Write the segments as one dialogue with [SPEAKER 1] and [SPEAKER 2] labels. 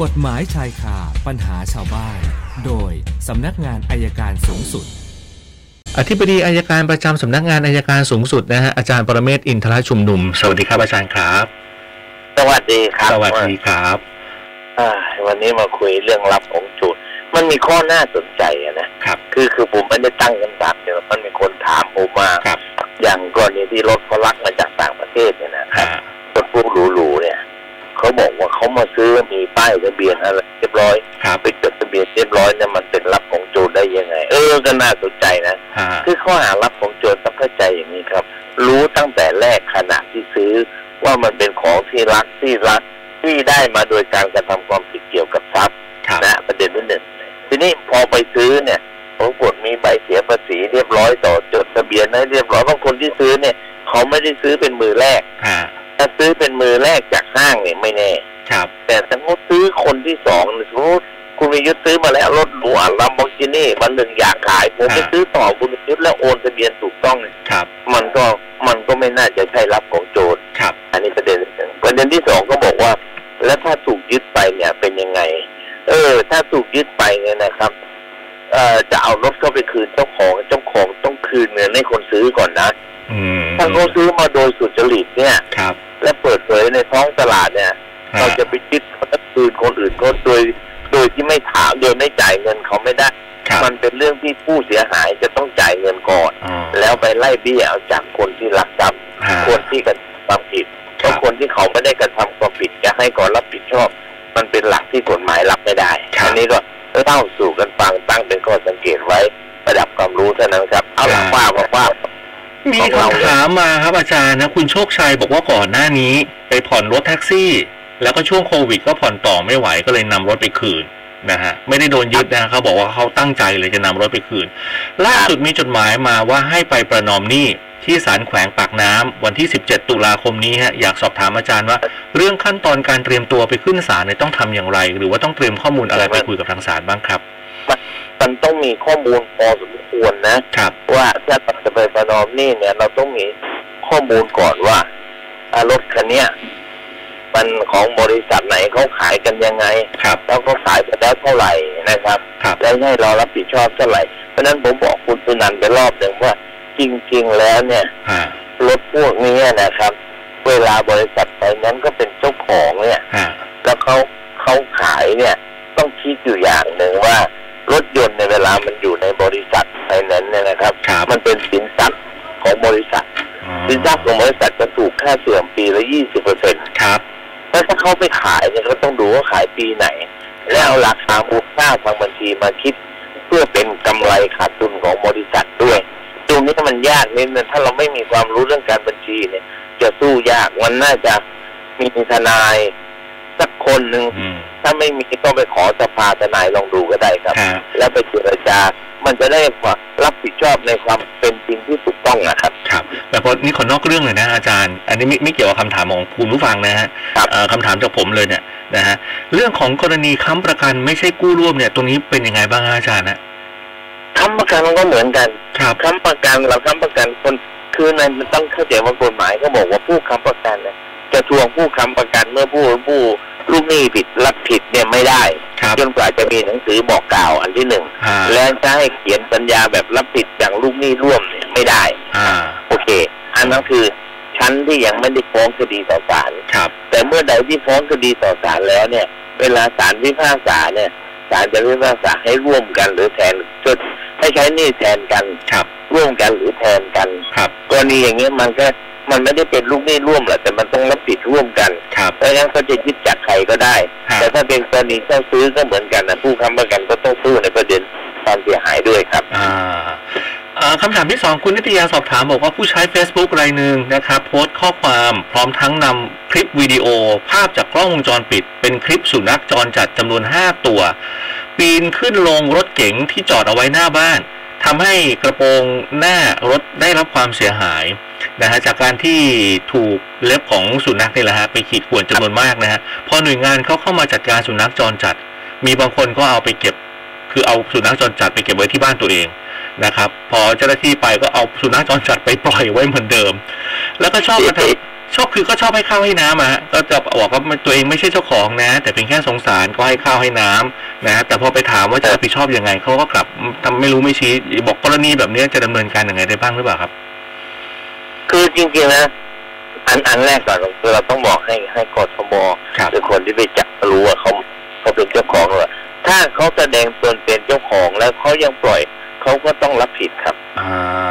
[SPEAKER 1] กฎหมายชายคาปัญหาชาวบ้าน โดยสำนักงานอายการสูงสุด
[SPEAKER 2] อธิบดีอายการประจำสำนักงานอายการสูงสุดนะฮะอาจารย์ปรเมศวร์อินทรชุมนุม สวัสดีครับอาจารย์ครับ
[SPEAKER 3] สวัสดีครับ
[SPEAKER 2] สวัสดีครับ
[SPEAKER 3] เอ่อวันนี้มาคุยเรื่องลับของโจรมันมีข้อน่าสนใจอะนะครับคือคือผมไม่ได้ตั้งคำถามเนี่ยมันมีคนถามผมว่า
[SPEAKER 2] ครับ
[SPEAKER 3] อย่างกรณีที่รถเขาลักมาจากต่างประเทศเนี่ยนะ
[SPEAKER 2] ฮะ
[SPEAKER 3] คนพวกหรูๆเนี่ยเขาบอกว่าเขามาซื้อมีป้ายทะเบียนอะไรเรียบร้อย
[SPEAKER 2] ครับ
[SPEAKER 3] ไปจดทะเบียนเรียบร้อยเนี่ยมันเป็นลับของโจรได้ยังไง เออก็น่าสนใจนะ
[SPEAKER 2] ฮะ
[SPEAKER 3] คือข้อหารับของโจรต้องเข้าใจอย่างนี้ครับ รู้ตั้งแต่แรกขณะที่ซื้อ ว่ามันเป็นของที่รักที่รักที่ได้มาโดยการกระทำความผิดเกี่ยวกับทรัพย์
[SPEAKER 2] ครับ
[SPEAKER 3] นะประเด็นที่หนึ่งทีนี้พอไปซื้อเนี่ยปรากฏมีใบเสียภาษีเรียบร้อยต่อจดทะเบียนให้เรียบร้อยบางคนที่ซื้อเนี่ย เขาไม่ได้ซื้อเป็นมือแรก
[SPEAKER 2] ฮะ
[SPEAKER 3] ถ้าซื้อเป็นมือแรกจากห้างเนี่ยไม่แน่
[SPEAKER 2] ครับ
[SPEAKER 3] แต่ถ้าเขาซื้อคนที่สองสมมติคุณวิยุทธ์ซื้อมาแล้วรถหรูลัมโบกินี่วันหนึ่งอยากขาย ผมไปซื้อต่อคุณวิยุทธ์แล้วโอนทะเบียนถูกต้องเนี่ย
[SPEAKER 2] ครับ
[SPEAKER 3] มันก็มันก็ไม่น่าจะใช่รับของโจร
[SPEAKER 2] ครับ
[SPEAKER 3] อันนี้ประเด็นที่หนึ่งประเด็นที่สองก็บอกว่า แล้วถ้าถูกยึดไปเนี่ยเป็นยังไง เออ ถ้าถูกยึดไปเนี่ยนะครับ เอ่อจะเอารถเข้าไปคืนเจ้าของเจ้าของต้องคืนเงินให้คนซื้อก่อนนะ
[SPEAKER 2] อืม
[SPEAKER 3] ถ้าเขาซื้อมาโดยสุจริตเนี่ย
[SPEAKER 2] ครับ
[SPEAKER 3] และเปิดเผยในท้องตลาดเนี่ย
[SPEAKER 2] ฮ
[SPEAKER 3] เราจะไปยึดคนอื่นคนอื่นก็โดย โดยที่ไม่ถามโดยไม่จ่ายเงินเขาไม่ได้
[SPEAKER 2] ครับ
[SPEAKER 3] มันเป็นเรื่องที่ผู้เสียหายจะต้องจ่ายเงินก่อน
[SPEAKER 2] อ๋อ
[SPEAKER 3] แล้วไปไล่เบี้ยเอาจากคนที่รักทรัพย์
[SPEAKER 2] ฮะ
[SPEAKER 3] คนที่กระทำความผิดเพราะ
[SPEAKER 2] ครับ
[SPEAKER 3] คนที่เขาไม่ได้กระทำความผิดจะให้ก่อนรับผิดชอบ มันเป็นหลักที่กฎหมายรับไม่ได้อันนี้ก็เล่าสู่กันฟังตั้งเป็นข้อสังเกตไว้ ประดับความรู้เท่านั้นครับ เอาหลักว่าบอกว่า
[SPEAKER 2] มี
[SPEAKER 3] ของเรา
[SPEAKER 2] คำถามมาครับอาจารย์นะคุณโชคชัยบอกว่าก่อนหน้านี้ ไปผ่อนรถแท็กซี่ แล้วก็ช่วงโควิด ก็ผ่อนต่อไม่ไหวก็เลยนำรถไปคืนนะฮะไม่ได้โดนยึดนะเขาบอกว่าเขาตั้งใจเลยจะนำรถไปคืน ล่าสุดมีจดหมายมาว่าให้ไปประนอมหนี้ที่ศาลแขวงปากน้ำวันที่ 17 ตุลาคมนี้ฮะอยากสอบถามอาจารย์ว่า เรื่องขั้นตอนการเตรียมตัวไปขึ้นศาลเนี่ยต้องทำอย่างไร หรือว่าต้องเตรียมข้อมูลอะไรไปคุยกับทางศาลบ้างครับ
[SPEAKER 3] มันต้องมีข้อมูลพอสมควรนะ
[SPEAKER 2] ครับ
[SPEAKER 3] ว่าถ้าจะไปประนอมหนี้เนี่ย เราต้องมีข้อมูลก่อนว่าอ่ารถคันเนี้ยมันของบริษัทไหนเขาขายกันยังไง
[SPEAKER 2] ครับ
[SPEAKER 3] แล้วเขาขายไปแล้วเท่าไหร่นะครับ
[SPEAKER 2] ครับ
[SPEAKER 3] แล้วให้เรารับผิดชอบเท่าไหร่ เพราะฉะนั้นผมบอกคุณสุนันท์ไปรอบหนึ่งว่า จริง ๆ แล้วเนี่ย
[SPEAKER 2] ฮะ
[SPEAKER 3] รถพวกเนี้ยนะครับ เวลาบริษัทไปนั้นก็เป็นเจ้าของเนี่ย
[SPEAKER 2] ฮะ
[SPEAKER 3] แล้วเขาเขาขายเนี่ย ต้องคิดอยู่อย่างหนึ่งว่ารถยนต์ในยเวลามันอยู่ในบริษัทไปนั้นเนี่ยนะครับ
[SPEAKER 2] ครับ
[SPEAKER 3] มันเป็นสินทรัพย์ของบริษัท
[SPEAKER 2] อ๋อ
[SPEAKER 3] สินทรัพย์ของบริษัทจะถูกค่าเสื่อมปีละ 20เปอร์เซ็นต์
[SPEAKER 2] ครับ
[SPEAKER 3] แล้วถ้าเขาไปขายเนี่ยก็ต้องดูว่าขายปีไหน แล้วเอาราคามูลค่าทางบัญชีมาคิด เพื่อเป็นกำไรขาดทุนของบริษัทด้วย ตรงนี้มันยากนิดนึงถ้าเราไม่มีความรู้เรื่องการบัญชีเนี่ย จะสู้ยาก มันน่าจะมีทนายสักคนหนึ่ง
[SPEAKER 2] อืม
[SPEAKER 3] ถ้าไม่มีก็ไปขอสภาทนายลองดูก็ได้ครับ
[SPEAKER 2] ครับ
[SPEAKER 3] แล้วไปเจรจา มันจะได้รับผิดชอบในความเป็นจริงที่ถูกต้องนะครับ
[SPEAKER 2] ครับแต่พอนี่ขอนอกเรื่องเลยนะอาจารย์ อันนี้ไม่ไม่เกี่ยวกับคำถามของคุณผู้ฟังนะฮะ
[SPEAKER 3] ครับ
[SPEAKER 2] เอ่อคำถามจากผมเลยเนี่ยนะฮะเรื่องของกรณีค้ำประกันไม่ใช่กู้ร่วมเนี่ยตรงนี้เป็นยังไงบ้างฮะอาจารย์นะ
[SPEAKER 3] ค้ำประกันมันก็เหมือนกัน
[SPEAKER 2] ครับ
[SPEAKER 3] ค้ำประกันเราค้ำประกันคนคือในมันต้องเข้าใจว่ากฎหมายก็บอกว่าผู้ค้ำประกันเนี่ยจะทวงผู้ค้ำประกันเมื่อผู้ผู้ลูกหนี้ผิดรับผิดเนี่ยไม่ได้
[SPEAKER 2] ครับ
[SPEAKER 3] จนกว่าจะมีหนังสือบอกกล่าวอันที่หนึ่ง
[SPEAKER 2] อ่า
[SPEAKER 3] และจะให้เขียนสัญญาแบบรับผิดอย่างลูกหนี้ร่วมเนี่ยไม่ได้
[SPEAKER 2] อ่า
[SPEAKER 3] โอเค อันนั้นคือชั้นที่ยังไม่ได้ฟ้องคดีต่อศาล
[SPEAKER 2] ครับ
[SPEAKER 3] แต่เมื่อใดที่ฟ้องคดีต่อศาลแล้วเนี่ย เวลาศาลพิพากษาเนี่ยศาลจะพิพากษาให้ร่วมกันหรือแทนจดให้ใช้หนี่แทนกัน
[SPEAKER 2] ครับ
[SPEAKER 3] ร่วมกันหรือแทนกัน
[SPEAKER 2] ครับ
[SPEAKER 3] กรณีอย่างเงี้ยมันก็มันไม่ได้เป็นลูกหนี้ร่วมแหละแต่มันต้องรับผิดร่วมกัน
[SPEAKER 2] ครับ
[SPEAKER 3] เพราะฉะนั้นเขาจะยึดจากใครก็ได้
[SPEAKER 2] ฮะ
[SPEAKER 3] แต่ถ้าเป็นกรณีเจ้าซื้อก็เหมือนกันนะผู้ค้ำประกันก็ต้องสู้ในประเด็นความเสียหายด้วยครับ
[SPEAKER 2] อ่าเอ่อคำถามที่สองคุณนิตยาสอบถามบอกว่าผู้ใช้ Facebook รายหนึ่งนะครับ โพสต์ข้อความพร้อมทั้งนำคลิปวิดีโอ ภาพจากกล้องวงจรปิด เป็นคลิปสุนัขจรจัดจำนวน 5 ตัว ปีนขึ้นลงรถเก๋งที่จอดเอาไว้หน้าบ้านทำให้กระโปรงหน้ารถได้รับความเสียหายนะฮะจากการที่ถูกเล็บของสุนัขนี่แหละฮะไปขีดข่วนจำนวนมากนะฮะพอหน่วยงานเขาเข้ามาจัดการสุนัขจรจัด มีบางคนก็เอาไปเก็บ คือเอาสุนัขจรจัดไปเก็บไว้ที่บ้านตัวเองนะครับ พอเจ้าหน้าที่ไปก็เอาสุนัขจรจัดไปปล่อยไว้เหมือนเดิม แล้วก็ชอบกระทำ ชอบคือก็ชอบให้ข้าวให้น้ำอะฮะก็จะบอกว่ามันตัวเองไม่ใช่เจ้าของนะ แต่เป็นแค่สงสารก็ให้ข้าวให้น้ำนะ แต่พอไปถามว่าจะรับผิดชอบยังไงเขาก็กลับทำไม่รู้ไม่ชี้ บอกกรณีแบบนี้จะดำเนินการยังไงได้บ้างหรือเปล่าครับ
[SPEAKER 3] คือจริงๆนะอันอันแรกก่อนคือเราต้องบอกให้ให้กทม
[SPEAKER 2] ครับ
[SPEAKER 3] หรือคนที่ไปจับรู้ว่าเขาเขาเป็นเจ้าของหรือเปล่าถ้าเขาแสดงตนเป็นเจ้าของแล้วเขายังปล่อยเขาก็ต้องรับผิดครับ
[SPEAKER 2] อ่า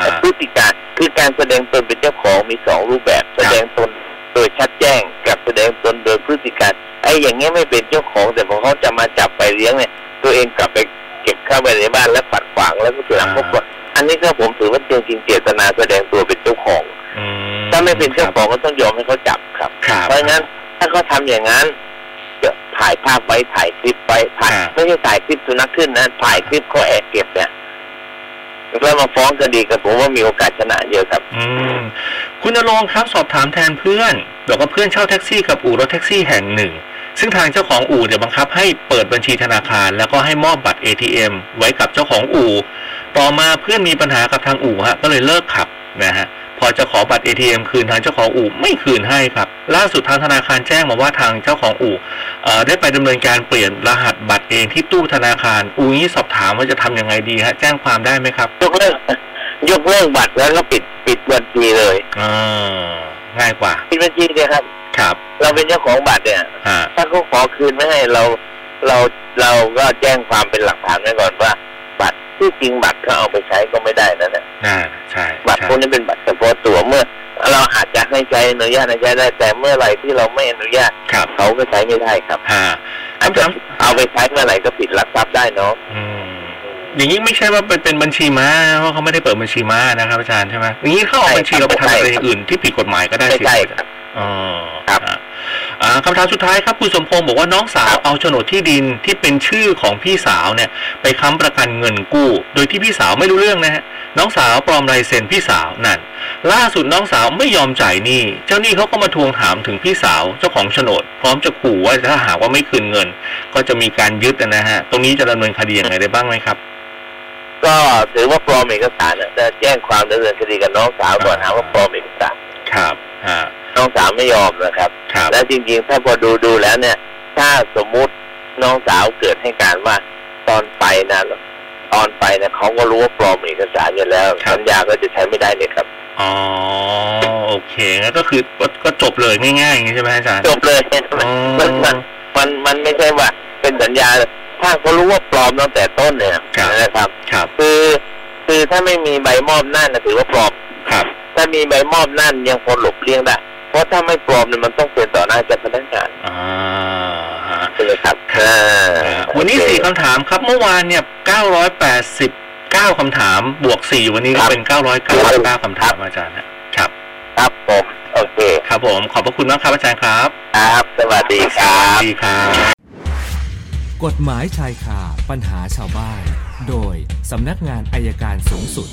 [SPEAKER 2] ฮะ
[SPEAKER 3] แต่พฤติการคือการแสดงตนเป็นเจ้าของมีสองรูปแบบ แสดงตนโดยชัดแจ้งกับแสดงตนโดยพฤติการไอ้อย่างเงี้ยไม่เป็นเจ้าของแต่พอเขาจะมาจับไปเลี้ยงเนี่ย ตัวเองกลับไปเก็บเข้าไปในบ้านแล้วปัดขวางแล้วก็ถือหลังครอบครัวอันนี้ก็ผมถือว่าจริงๆเจตนาแสดงตัวเป็นเจ้าของ
[SPEAKER 2] อื
[SPEAKER 3] ถ้าไม่เป็นเจ้าของก็ต้องยอมให้เขาจับครับ
[SPEAKER 2] ครับ
[SPEAKER 3] เพราะงั้นถ้าเขาทำอย่างนั้นจะถ่ายภาพไว้ถ่ายคลิปไว้ถ่ายไม่ใช่ถ่ายคลิปสุนัขขึ้นนะถ่ายคลิปเขาแอบเก็บเนี่ยแล้วมาฟ้องคดีกับผมว่ามีโอกาสชนะเยอะครับ
[SPEAKER 2] อืมคุณนรงค์ครับสอบถามแทนเพื่อนบอกว่าเพื่อนเช่าแท็กซี่กับอู่รถแท็กซี่แห่งหนึ่ง ซึ่งทางเจ้าของอู่เนี่ยบังคับให้เปิดบัญชีธนาคาร แล้วก็ให้มอบบัตร ATM ไว้กับเจ้าของอู่ ต่อมาเพื่อนมีปัญหากับทางอู่ฮะก็เลยเลิกขับนะฮะพอจะขอบัตร ATM คืนทางเจ้าของอู่ไม่คืนให้ครับ ล่าสุดทางธนาคารแจ้งมาว่าทางเจ้าของอู่เอ่อได้ไปดำเนินการเปลี่ยนรหัสบัตรเองที่ตู้ธนาคารอู่นี้สอบถามว่าจะทำยังไงดีฮะแจ้งความได้ไหมครับ
[SPEAKER 3] ยกเลิกยกเลิกบัตรแล้วก็ปิดปิดบัญชีเลย
[SPEAKER 2] อ่าง่ายกว่า
[SPEAKER 3] ปิดบัญชีเลยครับ
[SPEAKER 2] ครับ
[SPEAKER 3] เราเป็นเจ้าของบัตรเนี่ย
[SPEAKER 2] ฮะ
[SPEAKER 3] ถ้าเขาขอคืนไม่ให้เรา เราเราก็แจ้งความเป็นหลักฐานไว้ก่อนว่า บัตรที่จริงบัตรเขาเอาไปใช้ก็ไม่ได้นะเนี่ย
[SPEAKER 2] น่าใช่
[SPEAKER 3] บัตรพวกนี้เป็นบัตรเฉพาะตัวเมื่อ เราอาจจะให้ใช้อนุญาตให้ใช้ได้แต่เมื่อไหร่ที่เราไม่อนุญาต
[SPEAKER 2] ครับ
[SPEAKER 3] เขาก็ใช้ไม่ได้ครับ
[SPEAKER 2] ฮะ
[SPEAKER 3] อาจ
[SPEAKER 2] คำ
[SPEAKER 3] จะ
[SPEAKER 2] ถาม
[SPEAKER 3] เอาไปใช้เมื่อไหร่ก็ผิดลักทรัพย์ได้เนาะ
[SPEAKER 2] อืมอย่างนี้ไม่ใช่ว่าเป็นเป็นบัญชีม้านะเพราะเขาไม่ได้เปิดบัญชีม้านะครับอาจารย์ใช่ไหมอย่างนี้เขาเอาบัญชีเราไปทำอะไรอย่างอื่นที่ผิดกฎหมายก็ได้
[SPEAKER 3] ไม่
[SPEAKER 2] สิ
[SPEAKER 3] ใช่ครับ
[SPEAKER 2] อ๋อ
[SPEAKER 3] ครับ
[SPEAKER 2] อ่ะอ่าคำถามสุดท้ายครับคุณสมพงศ์บอกว่าน้องสาวเอาโฉนดที่ดินที่เป็นชื่อของพี่สาวเนี่ย ไปค้ำประกันเงินกู้ โดยที่พี่สาวไม่รู้เรื่องนะฮะน้องสาวปลอมลายเซ็นพี่สาวนั่น ล่าสุดน้องสาวไม่ยอมจ่ายหนี้ เจ้าหนี้เขาก็มาทวงถามถึงพี่สาวเจ้าของโฉนด พร้อมจะขู่ว่าถ้าหากว่าไม่คืนเงิน ก็จะมีการยึดนะฮะ ตรงนี้จะดำเนินคดียังไงได้บ้างไหมครับ
[SPEAKER 3] ก็ถือว่าปลอมเอกสารนะแต่แจ้งความดำเนินคดีกับน้องสาวก่อน
[SPEAKER 2] อ่า
[SPEAKER 3] หาว่าปลอมเอกสาร
[SPEAKER 2] ครับอ่า
[SPEAKER 3] น้องสาวไม่ยอมนะครับ
[SPEAKER 2] ครับ
[SPEAKER 3] และจริงๆ ถ้าพอดูดูแล้วเนี่ย ถ้าสมมุติน้องสาวเกิดให้การว่าตอนไปนะตอนไปนะเขาก็รู้ว่าปลอมเอกสารอยู่แล้วสัญญาก็จะใช้ไม่ได้เลยครับ
[SPEAKER 2] อ๋อโอเคงั้นก็คือก็ก็จบเลยง่ายๆอย่างนี้ใช่ไหมอาจารย์
[SPEAKER 3] จบเลย
[SPEAKER 2] อ๋อ
[SPEAKER 3] มันมันมันมันไม่ใช่ว่าเป็นสัญญา ถ้าเขารู้ว่าปลอมตั้งแต่ต้นเนี่ยนะครับ
[SPEAKER 2] ครับ
[SPEAKER 3] คือคือถ้าไม่มีใบมอบหน้านะถือว่าปลอม
[SPEAKER 2] ครับ
[SPEAKER 3] ถ้ามีใบมอบหน้ายังพอหลบเลี่ยงได้ เพราะถ้าไม่ปลอมเนี่ยมันต้องเป็นต่อหน้าเจ้าพนักงาน
[SPEAKER 2] อ่าฮะ
[SPEAKER 3] ใช่ไหมครับ
[SPEAKER 2] ครับ
[SPEAKER 3] อ่า
[SPEAKER 2] อ่าวันนี้
[SPEAKER 3] โอเค
[SPEAKER 2] สี่คำถามครับเมื่อวานเนี่ย 989คำถามบวก 4 วันนี้ก็
[SPEAKER 3] ครับ
[SPEAKER 2] เป็น 999คำถามอาจารย์นะครับ
[SPEAKER 3] ครับผมโอเค
[SPEAKER 2] ครับผม ขอบพระคุณมากครับอาจารย์ครับ
[SPEAKER 3] ครับ สวัสดีครั
[SPEAKER 2] สวั
[SPEAKER 3] บ
[SPEAKER 2] สดีครับ
[SPEAKER 1] กฎหมายชายคาปัญหาชาวบ้าน โดยสำนักงานอายการสูงสุด